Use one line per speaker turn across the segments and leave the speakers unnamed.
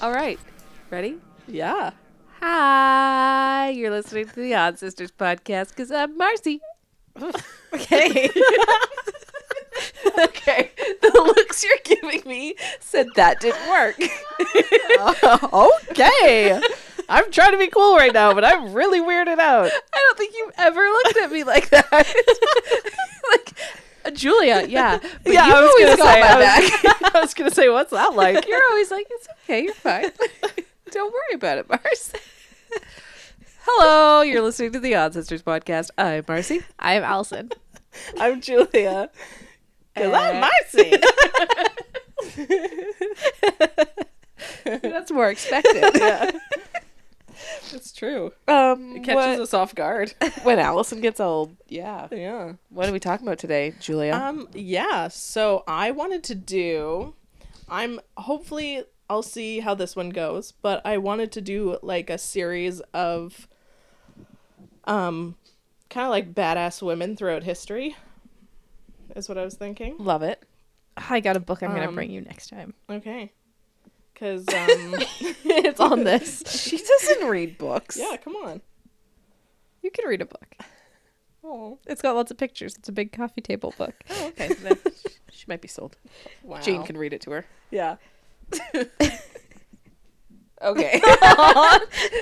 All right. Ready?
Yeah.
Hi. You're listening to the Odd Sisters podcast because I'm Marcy.
Okay.
okay. The looks you're giving me said that didn't work.
okay. I'm trying to be cool right now, but I'm really weirded out.
I don't think you've ever looked at me like that. like, uh, Julia, yeah. But
yeah,
you've
I was
always
gonna
got
say.
my
I
back.
was, I was gonna say, what's that like?
You're always like, it's okay, you're fine. Don't worry about it, Mars. Hello, you're listening to the Odd Sisters podcast. I'm Marcy.
I'm Allison.
I'm Julia. 'Cause I'm Marcy.
That's more expected.
yeah. It's true.
Um,
It catches
what-
us off guard.
when Allison gets old.
Yeah. Yeah.
What are we talking about today, Julia?
Um, yeah. So I wanted to do. I'm hopefully I'll see how this one goes, but I wanted to do like a series of, um, kind of like badass women throughout history. Is what I was thinking.
Love it.
Um, I got a book I'm gonna
Um,
bring you next time.
Okay. Cause um,
It's on this.
She doesn't read books.
yeah, come on.
You can read a book.
Oh,
It's got lots of pictures. It's a big coffee table book.
Okay, then she might be sold.
wow.
Jane can read it to her.
Yeah.
Okay.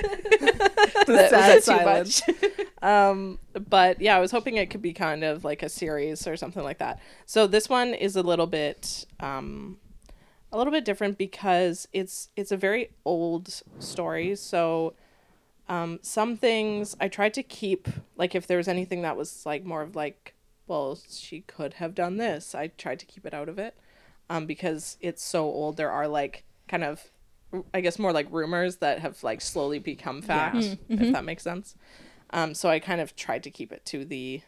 that, was
sad
that too
silence.
much? um, but yeah, I was hoping it could be kind of like a series or something like that. So this one is a little bit, um, a little bit different because it's it's a very old story. So um, some things I tried to keep like if there was anything that was like more of like, well, she could have done this. I tried to keep it out of it um, because it's so old. There are like kind of, I guess, more like rumors that have like slowly become fact, if that makes sense. Um, so I kind of tried to keep it to the,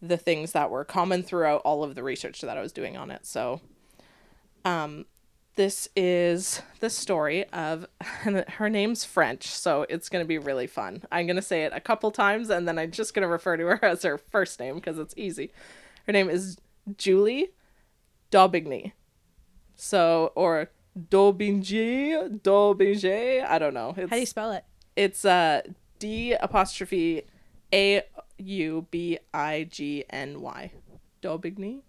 the things that were common throughout all of the research that I was doing on it. So, um, this is the story of her name's French, so it's gonna be really fun. I'm gonna say it a couple times, and then I'm just gonna refer to her as her first name because it's easy. Her name is Julie Daubigny. So, or Daubigny, Daubigny, I don't know. It's,
How do you spell it?
It's uh, D apostrophe A U B I G N Y. Daubigny?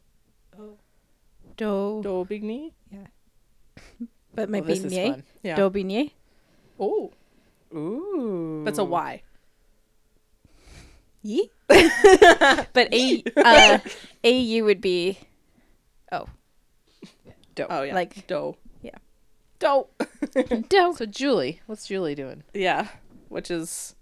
Do.
Daubigny?
But my
Well, oh, this is
beignet.
fun.
Yeah.
Do beignet.
oh,
Ooh.
that's a Y.
Ye? but a uh, a u would be. Oh,
dope.
Oh, yeah.
Like-
Do.
yeah.
Do.
do.
So Julie, what's Julie doing?
yeah, which is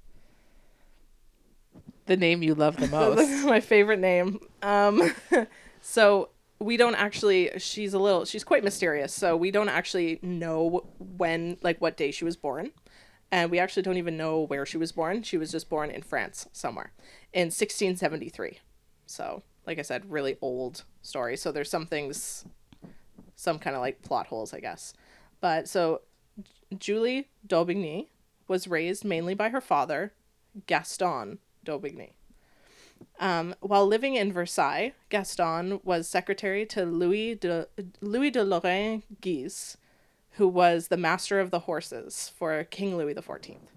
The name you love the
This is my favorite name. Um, so we don't actually. She's a little. She's quite mysterious. So we don't actually know when, like, what day she was born, and we actually don't even know where she was born. She was just born in France somewhere in 1673. So, like I said, really old story. So there's some things, some kind of like plot holes, I guess. But so Julie Daubigny was raised mainly by her father, Gaston Daubigny. Um, while living in Versailles, Gaston was secretary to Louis de Louis de Lorraine Guise, who was the master of the horses for King Louis the Fourteenth.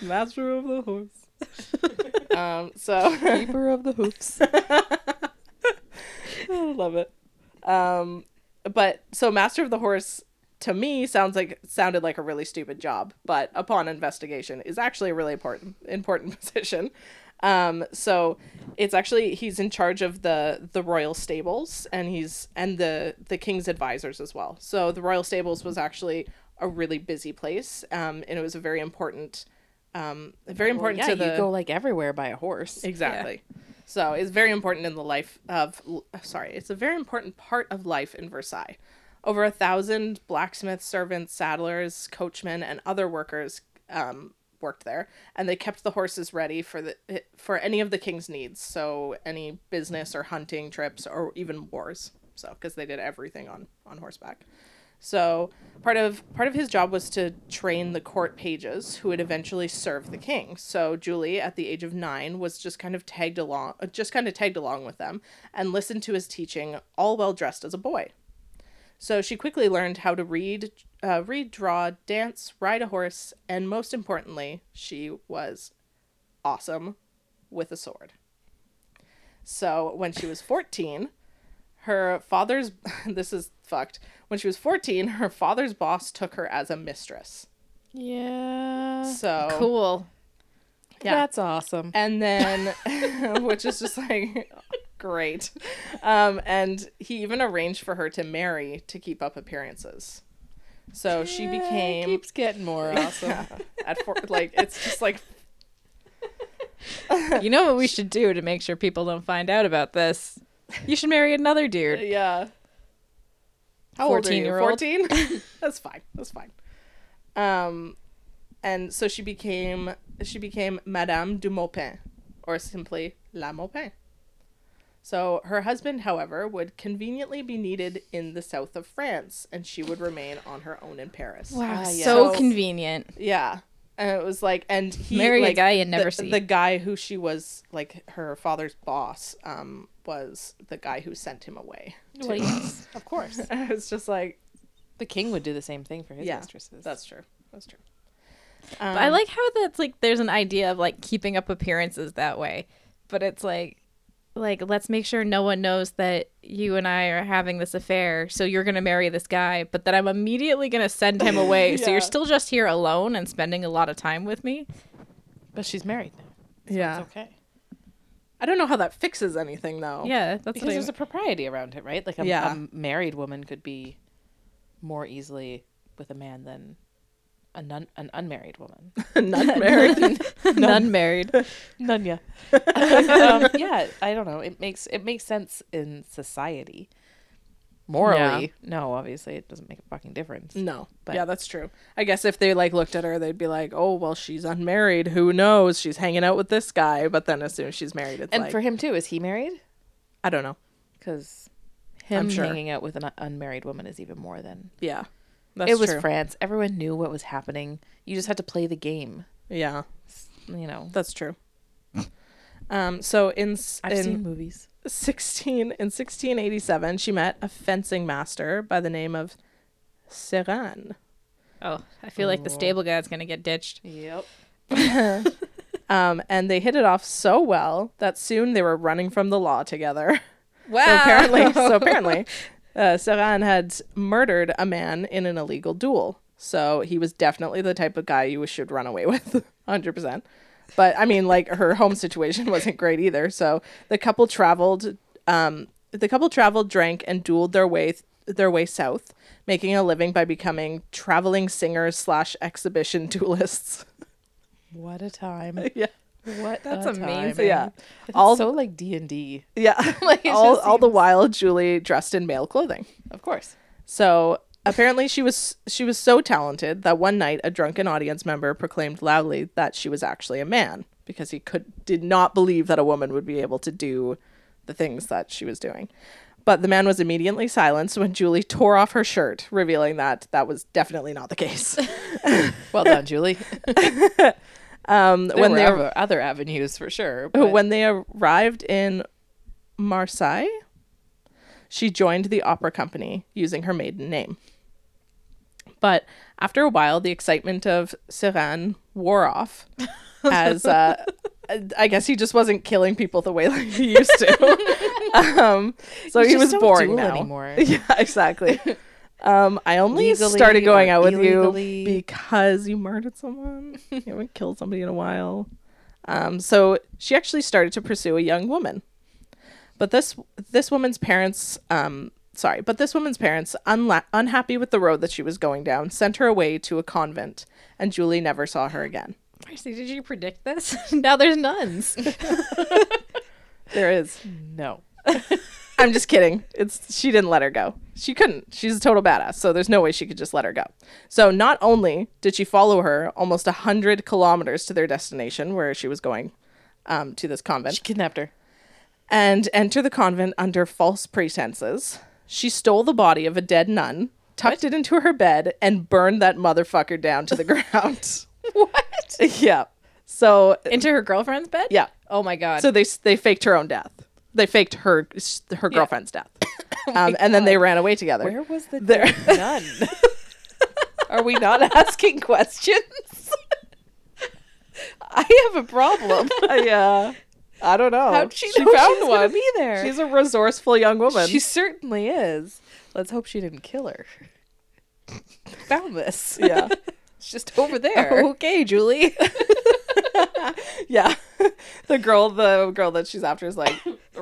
Master of the horse. um, so
Keeper of the hoops.
I love it. Um, but so Master of the Horse to me sounds like sounded like a really stupid job, but upon investigation is actually a really important important position. Um, so it's actually he's in charge of the the royal stables and he's and the the king's advisors as well. So the royal stables was actually a really busy place, um, and it was a very important, um, very important
yeah,
to the
you go like everywhere by a horse.
Exactly. So it's very important in the life of, sorry, it's a very important part of life in Versailles. Over a thousand blacksmiths, servants, saddlers, coachmen, and other workers um, worked there, and they kept the horses ready for the for any of the king's needs. So any business or hunting trips or even wars. So because they did everything on on horseback. So part of part of his job was to train the court pages who would eventually serve the king. So Julie, at the age of nine, was just kind of tagged along, uh, just kind of tagged along with them, and listened to his teaching, all well dressed as a boy. So she quickly learned how to read, uh, read, draw, dance, ride a horse, and most importantly, she was awesome with a sword. So when she was 14, her father's this is fucked. When she was 14, her father's boss took her as a mistress.
Yeah.
So
Cool.
Yeah.
That's awesome.
and then which is just like great. Um and he even arranged for her to marry to keep up appearances. So she became
keeps getting more awesome.
at four, like it's just like
You know what we should do to make sure people don't find out about this? You should marry another dude.
yeah. How old are you?
14-year-old?
14? That's fine. That's fine. Um, and so she became she became Madame du Maupin, or simply La Maupin. So her husband, however, would conveniently be needed in the south of France, and she would remain on her own in Paris.
Ah, yeah.
So
So-
convenient.
Yeah. And it was like, and he
Marry a
like,
guy you never
the,
see.
The guy who she was like her father's boss, um, was the guy who sent him away.
Well, yes.
Of course, it's just like
The king would do the same thing for his
Yeah,
mistresses.
that's true. That's true.
But I like how that's like there's an idea of like keeping up appearances that way. But it's like like let's make sure no one knows that you and I are having this affair. So you're going to marry this guy, but then I'm immediately going to send him away. So
Yeah.
you're still just here alone and spending a lot of time with me.
But she's married now.
yeah.
It's okay.
I don't know how that fixes anything though.
Yeah, that's
Because
what I
there's a propriety around it, right? Like a,
Yeah.
a married woman could be more easily with a man than a nun, an unmarried woman.
None married.
none married.
None, yeah. um, yeah, I don't know. It makes it makes sense in society. Morally, no, obviously it doesn't make a fucking difference.
no.
But-
yeah, that's true. I guess if they like looked at her, they'd be like, "Oh, well, she's unmarried. Who knows? She's hanging out with this guy." But then as soon as she's married, it's
And
like,
for him too, is he married?
I don't know.
Because him
sure.
hanging out with an unmarried woman is even more than
Yeah, that's
it was
true.
France. Everyone knew what was happening. You just had to play the game.
yeah,
You know,
that's true. Um, so in s-
I've
in
seen movies.
16 in 1687, she met a fencing master by the name of Seran.
Oh, I feel like the stable guy's going to get ditched.
Yep.
Um, and they hit it off so well that soon they were running from the law together.
Wow.
So apparently, so apparently, uh, Saran had murdered a man in an illegal duel. So he was definitely the type of guy you should run away with, hundred percent. But I mean, like her home situation wasn't great either. So the couple traveled. Um, the couple traveled, drank, and dueled their way their way south, making a living by becoming traveling singers slash exhibition duelists.
What a time.
yeah,
What
That's
a time.
amazing.
yeah,
It's
All-
so like D and D.
yeah.
Like, it
all
just
all the while, Julie dressed in male clothing.
Of course.
So apparently she was she was so talented that one night a drunken audience member proclaimed loudly that she was actually a man because he could did not believe that a woman would be able to do the things that she was doing. But the man was immediately silenced when Julie tore off her shirt, revealing that that was definitely not the case.
Well done, Julie.
Um,
There
when
were
they ar-
other- other avenues for sure. but-
when they arrived in Marseille, she joined the opera company using her maiden name. But after a while, the excitement of Seren wore off, as uh, I guess he just wasn't killing people the way like he used to. um, so
You
he
just
was
don't
boring
duel
now.
anymore.
Yeah, exactly. Um, I only
Legally
started going
or
out with
illegally.
you because you murdered someone. you haven't killed somebody in a while. Um, so she actually started to pursue a young woman, but this this woman's parents, um, sorry, but this woman's parents, unla- unhappy with the road that she was going down, sent her away to a convent, and Julie never saw her again.
Marcy, did you predict this? now there's nuns.
There is,
no.
I'm just kidding. It's she didn't let her go. She couldn't. She's a total badass, so there's no way she could just let her go. So not only did she follow her almost a hundred kilometers to their destination, where she was going, um, to this convent.
She kidnapped her.
and enter the convent under false pretenses. She stole the body of a dead nun, tucked it into her bed, and burned that motherfucker down to the ground.
What?
yeah. So
Into her girlfriend's bed?
yeah.
Oh my god.
So they they faked her own death. They faked her her girlfriend's death. Um, and then they ran away together.
Where was the
There-
dead nun? Are we not asking questions? I have a problem.
yeah. I don't know.
How'd she, know she's gonna be there?
She's a resourceful young woman.
she certainly is. Let's hope she didn't kill her. Found this.
yeah.
it's just over there.
okay, Julie.
Yeah. the girl the girl that she's after is like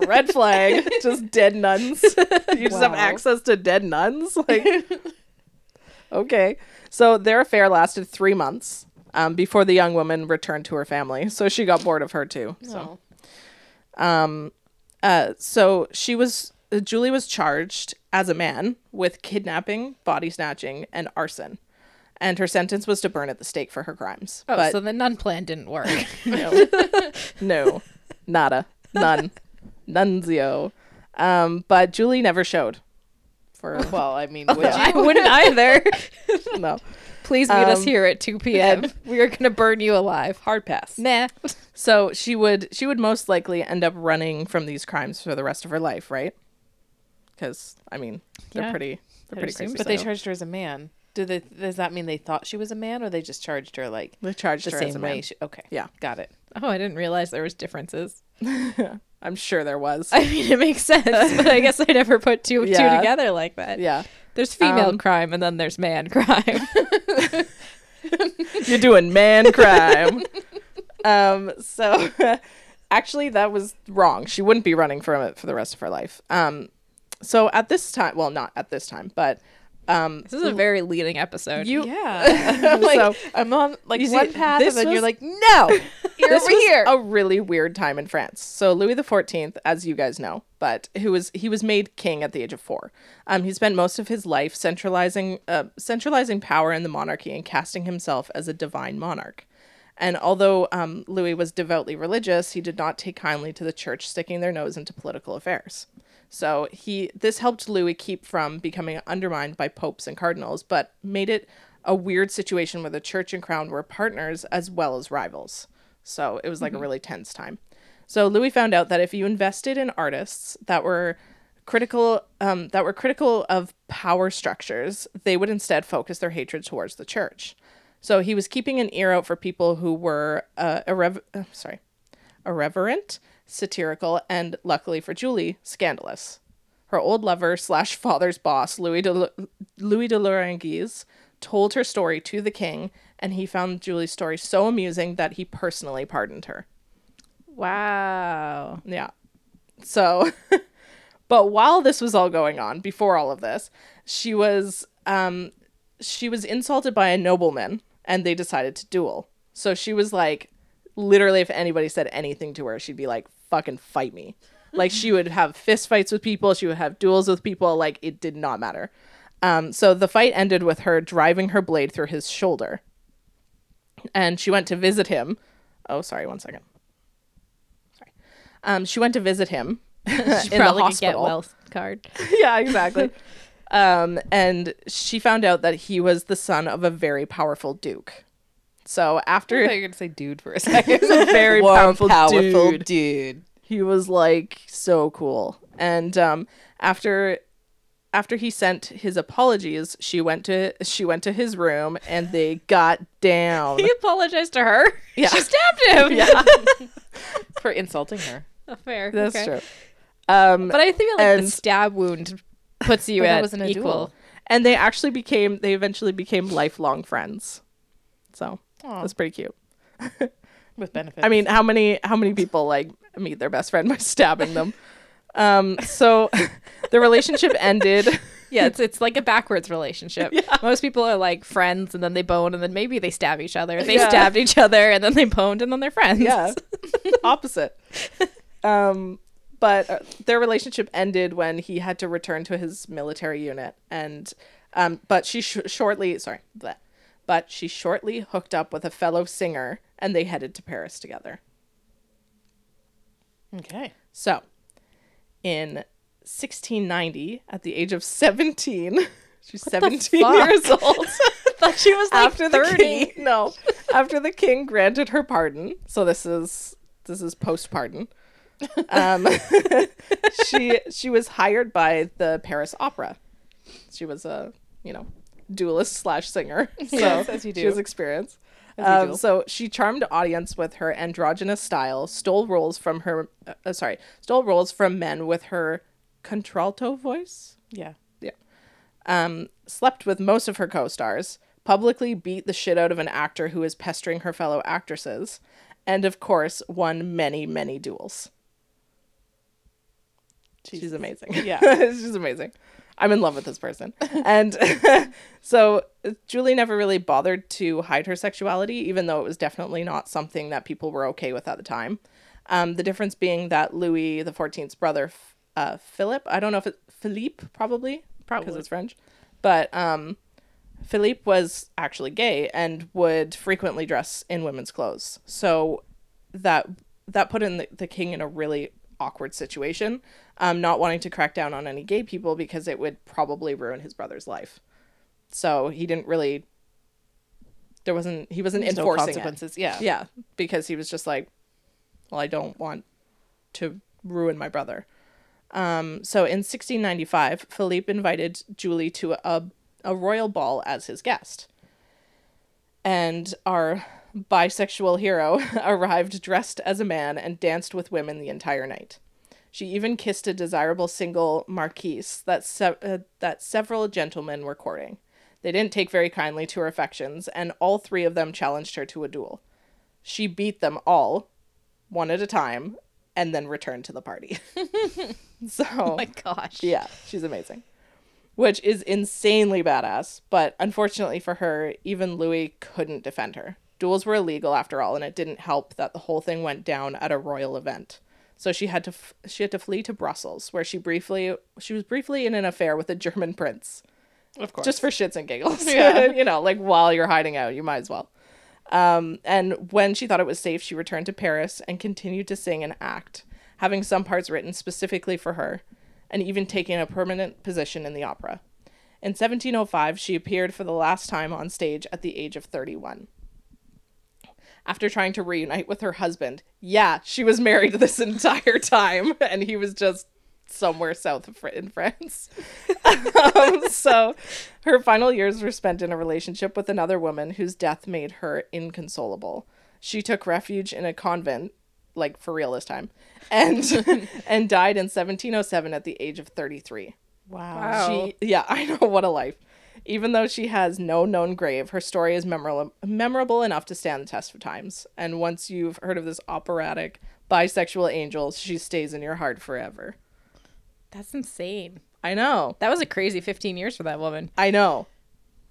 red flag, just dead nuns. You just have
Wow.
access to dead nuns? Like Okay. So their affair lasted 3 months. Um, before the young woman returned to her family, so she got bored of her too. So,
Oh.
um, uh, so she was uh, Julie was charged as a man with kidnapping, body snatching, and arson, and her sentence was to burn at the stake for her crimes.
Oh, so the nun plan didn't work.
No. no. Nada. None. Nunzio. Um, but Julie never showed. For
Well, I
Oh,
mean, would you?
I wouldn't either.
no.
Please meet us
Um,
here at 2 p.m. We are going to burn you alive.
Hard pass.
Nah.
So she would she would most likely end up running from these crimes for the rest of her life, right? Because I mean, they're
Yeah.
pretty they're
I'd
pretty
assume
crazy.
But they
so
charged her as a man. Do they? Does that mean they thought she was a man, or they just charged her like
they charged
the
her as a
same
man.
way? She, okay.
Yeah.
Got it.
Oh, I didn't realize there was differences.
I'm sure there was.
I mean, it makes sense, but I guess I never put two and two
Yeah.
together like that.
yeah,
There's female
Um,
crime and then there's man crime.
you're doing man crime. um, so actually, that was wrong. She wouldn't be running from it for the rest of her life. Um, so at this time, well, not at this time, but um,
this is a very leading episode.
you
Yeah. like,
So-
I'm on like
You see,
one path,
this
and then
was-
you're like, no, here
this
over
was
here.
a really weird time in France. So Louis the Fourteenth, as you guys know, but who was he was made king at the age of four. Um, he spent most of his life centralizing uh, centralizing power in the monarchy and casting himself as a divine monarch. And although um, Louis was devoutly religious, he did not take kindly to the church sticking their nose into political affairs. So he this helped Louis keep from becoming undermined by popes and cardinals, but made it a weird situation where the church and crown were partners as well as rivals. So it was like a really tense time. So Louis found out that if you invested in artists that were critical um, that were critical of power structures, they would instead focus their hatred towards the church. So he was keeping an ear out for people who were uh, irrev- uh, sorry, irreverent, satirical, and luckily for Julie, scandalous. Her old lover slash father's boss, Louis de Lu- Louis de Loranguise, told her story to the king, and he found Julie's story so amusing that he personally pardoned her.
Uh,
Wow.
Yeah. So, but while this was all going on, before all of this, she was um she was insulted by a nobleman and they decided to duel. So she was like literally if anybody said anything to her, she'd be like fucking fight me. Like she would have fist fights with people, she would have duels with people, like it did not matter. Um so the fight ended with her driving her blade through his shoulder. And she went to visit him. Oh, sorry, one second. Um, she went to visit him
She
in
probably
the
could get
hospital.
well card.
yeah, exactly. um, and she found out that he was the son of a very powerful duke. So
I thought
after
you were gonna say dude for a second.
a very powerful, dude,
dude.
he was like so cool. And um, after after he sent his apologies, she went to she went to his room and they got down.
He apologized to her.
Yeah.
She stabbed him. Yeah.
for insulting her.
Fair.
That's
okay.
true. Um,
But I feel like the
And-
stab wound puts you
But that
at
wasn't a
equal.
duel.
and they actually became they eventually became lifelong friends. So
Aw.
that's pretty cute.
With benefits.
I mean, how many how many people like meet their best friend by stabbing them? Um, so the relationship ended.
Yeah, it's it's like a backwards relationship. Most people are like friends, and then they bone, and then maybe they stab each other. They
Yeah.
stabbed each other, and then they boned, and then they're friends.
Yeah, opposite. Um, but uh, their relationship ended when he had to return to his military unit, and um, but she sh- shortly sorry, bleh. but she shortly hooked up with a fellow singer, and they headed to Paris together.
okay.
So, in 1690, at the age of 17, She's 17 years old.
thought she was like
after the
30.
king, no, after the king granted her pardon. So this is this is post pardon. Um, she she was hired by the Paris Opera. She was a you know duelist slash singer. So
Yes, as you
She was
do.
experienced.
you
Um,
do.
so she charmed audience with her androgynous style, stole roles from her. Uh, uh, sorry, stole roles from men with her contralto voice
Yeah.
um, slept with most of her co stars, publicly beat the shit out of an actor who was pestering her fellow actresses, and of course, won many, many duels. She's amazing.
Yeah.
She's amazing. I'm in love with this person. And so Julie never really bothered to hide her sexuality, even though it was definitely not something that people were okay with at the time. Um, the difference being that Louis XIV's brother, F- uh, Philip, I don't know if it's Philippe, probably, because
Probably.
it's French, but um, Philippe was actually gay and would frequently dress in women's clothes. So that that put in the, the king in a really awkward situation, um, not wanting to crack down on any gay people because it would probably ruin his brother's life. So he didn't really. There wasn't he wasn't
There's no
enforcing it.
consequences. Yeah.
Yeah, because he was just like, well, I don't want to ruin my brother. Um, so in 1695, Philippe invited Julie to a, a royal ball as his guest. And our bisexual hero arrived dressed as a man and danced with women the entire night. She even kissed a desirable single marquise that, se- uh, that several gentlemen were courting. They didn't take very kindly to her affections, and all three of them challenged her to a duel. She beat them all, one at a time, and then returned to the party. so,
Oh my gosh.
yeah, she's amazing. Which is insanely badass, but unfortunately for her, even Louis couldn't defend her. Duels were illegal after all, and it didn't help that the whole thing went down at a royal event. So she had to f- she had to flee to Brussels, where she briefly she was briefly in an affair with a German prince
Of course.
just for shits and giggles.
Yeah.
you know, like while you're hiding out, you might as well. Um, and when she thought it was safe, she returned to Paris and continued to sing and act, having some parts written specifically for her, and even taking a permanent position in the opera. In 1705, she appeared for the last time on stage at the age of 31. After trying to reunite with her husband, yeah, she was married this entire time, and he was just somewhere south of Fr- in France. Um, so her final years were spent in a relationship with another woman whose death made her inconsolable. She took refuge in a convent, like for real this time, and and died in 1707 at the age of 33.
wow.
Wow.
She, yeah, I know what a life. Even though she has no known grave, her story is memorable, memorable enough to stand the test of times. And once you've heard of this operatic bisexual angel, she stays in your heart forever.
That's insane.
I know.
That was a crazy 15 years for that woman.
I know.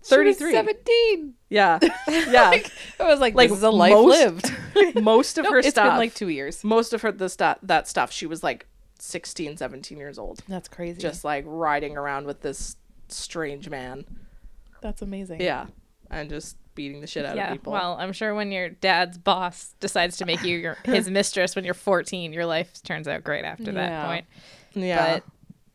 She was
33.
17.
Yeah. Yeah.
I was like,
Like,
this is a life
most-
lived.
most of
Nope,
her
it's
stuff
been like two years.
most of her the stuff that stuff she was like 16 17 years old
That's crazy.
just like riding around with this strange man
that's amazing.
yeah and just beating the shit out
Yeah.
of people
Well, I'm sure when your dad's boss decides to make you your, his mistress when you're 14, your life turns out great after
Yeah.
that point.
yeah but,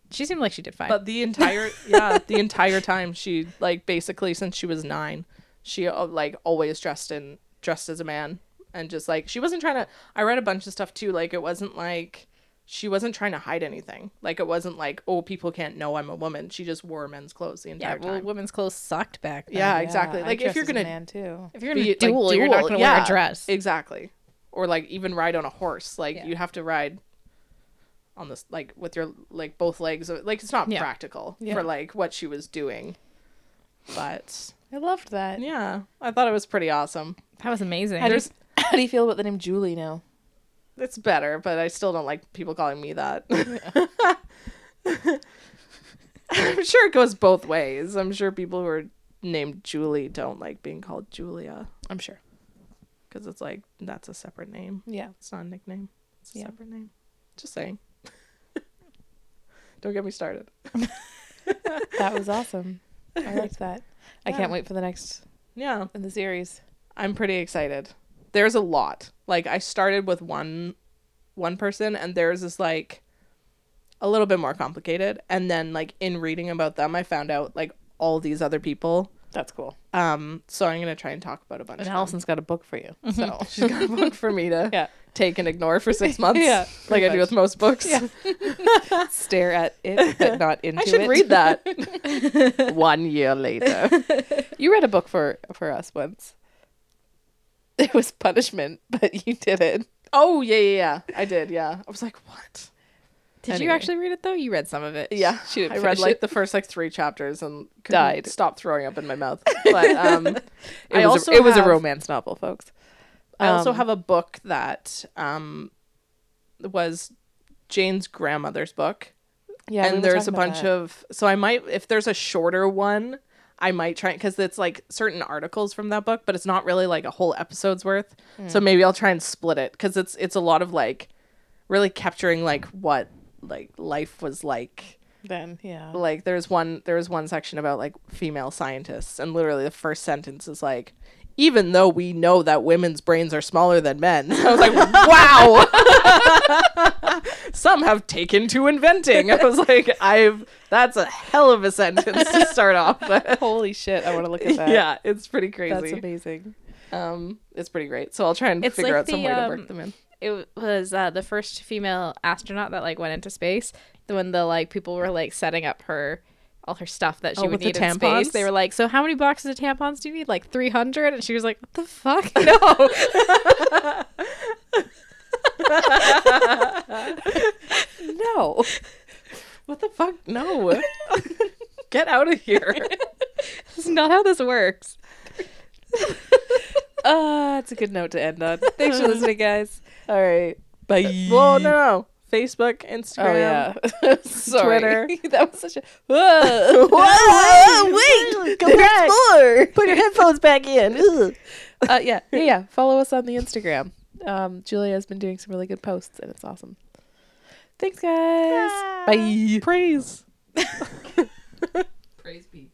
But she seemed like she did fine.
the entire yeah the entire time she like basically since she was nine she uh, like always dressed in dressed as a man and just like she wasn't trying to i read a bunch of stuff too like it wasn't like she wasn't trying to hide anything like it wasn't like oh people can't know i'm a woman she just wore men's clothes the entire
yeah. Well,
time
women's clothes sucked back then.
Yeah, exactly.
I'd
like if
dress
you're
as a
gonna
man too.
If you're gonna
be, like,
duel, you're not
duel,
gonna wear
yeah,
a dress.
exactly, or like even ride on a horse, like
Yeah.
you have to ride on this, like with your like both legs. Like it's not
Yeah.
practical
Yeah.
for like what she was doing. But
I loved that.
yeah, I thought it was pretty awesome.
that was amazing.
How do, you, how do you feel about the name Julie now?
It's better, but I still don't like people calling me that. I'm sure it goes both ways. I'm sure people who are named Julie don't like being called Julia
I'm sure.
because it's like that's a separate name.
Yeah.
It's not a nickname. It's a
Yeah.
separate name. Just saying. Don't get me started.
That was awesome. I liked that. I
Yeah.
can't wait for the next
Yeah,
in the series.
I'm pretty excited. There's a lot. Like I started with one one person and theirs is like a little bit more complicated and then like in reading about them I found out like all these other people.
That's cool.
Um, so I'm gonna try and talk about a bunch.
And
of
Allison's got a book for you. So
them. She's got a book for me to
yeah,
take and ignore for six months.
Yeah,
like
pretty
I do
much.
with most books.
Yeah. stare at it but not into
I
it.
should read that. One year later.
You read a book for for us once. It was punishment, but you did it.
Oh yeah, yeah, yeah. I did. Yeah, I was like, what?
Did you
Anyway.
actually read it though? You read some of it.
Yeah,
She didn't
I read
finish
like
it.
the first like three chapters and couldn't
Died.
Stop throwing up in my mouth. But um,
It
I
was
also
a, it was a
have-
romance novel, folks.
I also
Um,
have a book that um was Jane's grandmother's book.
Yeah,
and there's a bunch of so I might if there's a shorter one, I might try because it's like certain articles from that book, but it's not really like a whole episode's worth. So maybe I'll try and split it because it's it's a lot of like really capturing like what like life was like.
then. Yeah,
Like there's one there was one section about like female scientists and literally the first sentence is like even though we know that women's brains are smaller than men. I was like, wow. Some have taken to inventing. I was like, I've that's a hell of a sentence to start off with.
holy shit! I want to look at that.
Yeah, it's pretty
that's
crazy.
amazing.
Um, it's pretty great. So I'll try and
It's
figure
like
out some
the,
way to
um,
work them in.
It was uh, the first female astronaut that like went into space. The When the like people were like setting up her all her stuff that she
Oh,
would
with the
need in space,
tampons?
they were like, "So how many boxes of tampons do you need? Like 300?" And she was like, "What the fuck? No."
No,
What the fuck? No. Get out of here.
This is not how this works.
uh, it's a good note to end on. Thanks for listening, guys.
All right.
Bye.
Well, no, no. Facebook, Instagram.
Oh yeah. Sorry.
Twitter.
that was such a. Whoa.
wait! Come back. more. Put your headphones back in.
uh, yeah, yeah, yeah. Follow us on the Instagram. Um, Julia has been doing some really good posts, and it's awesome. Thanks, guys. Bye.
Praise.
Praise be.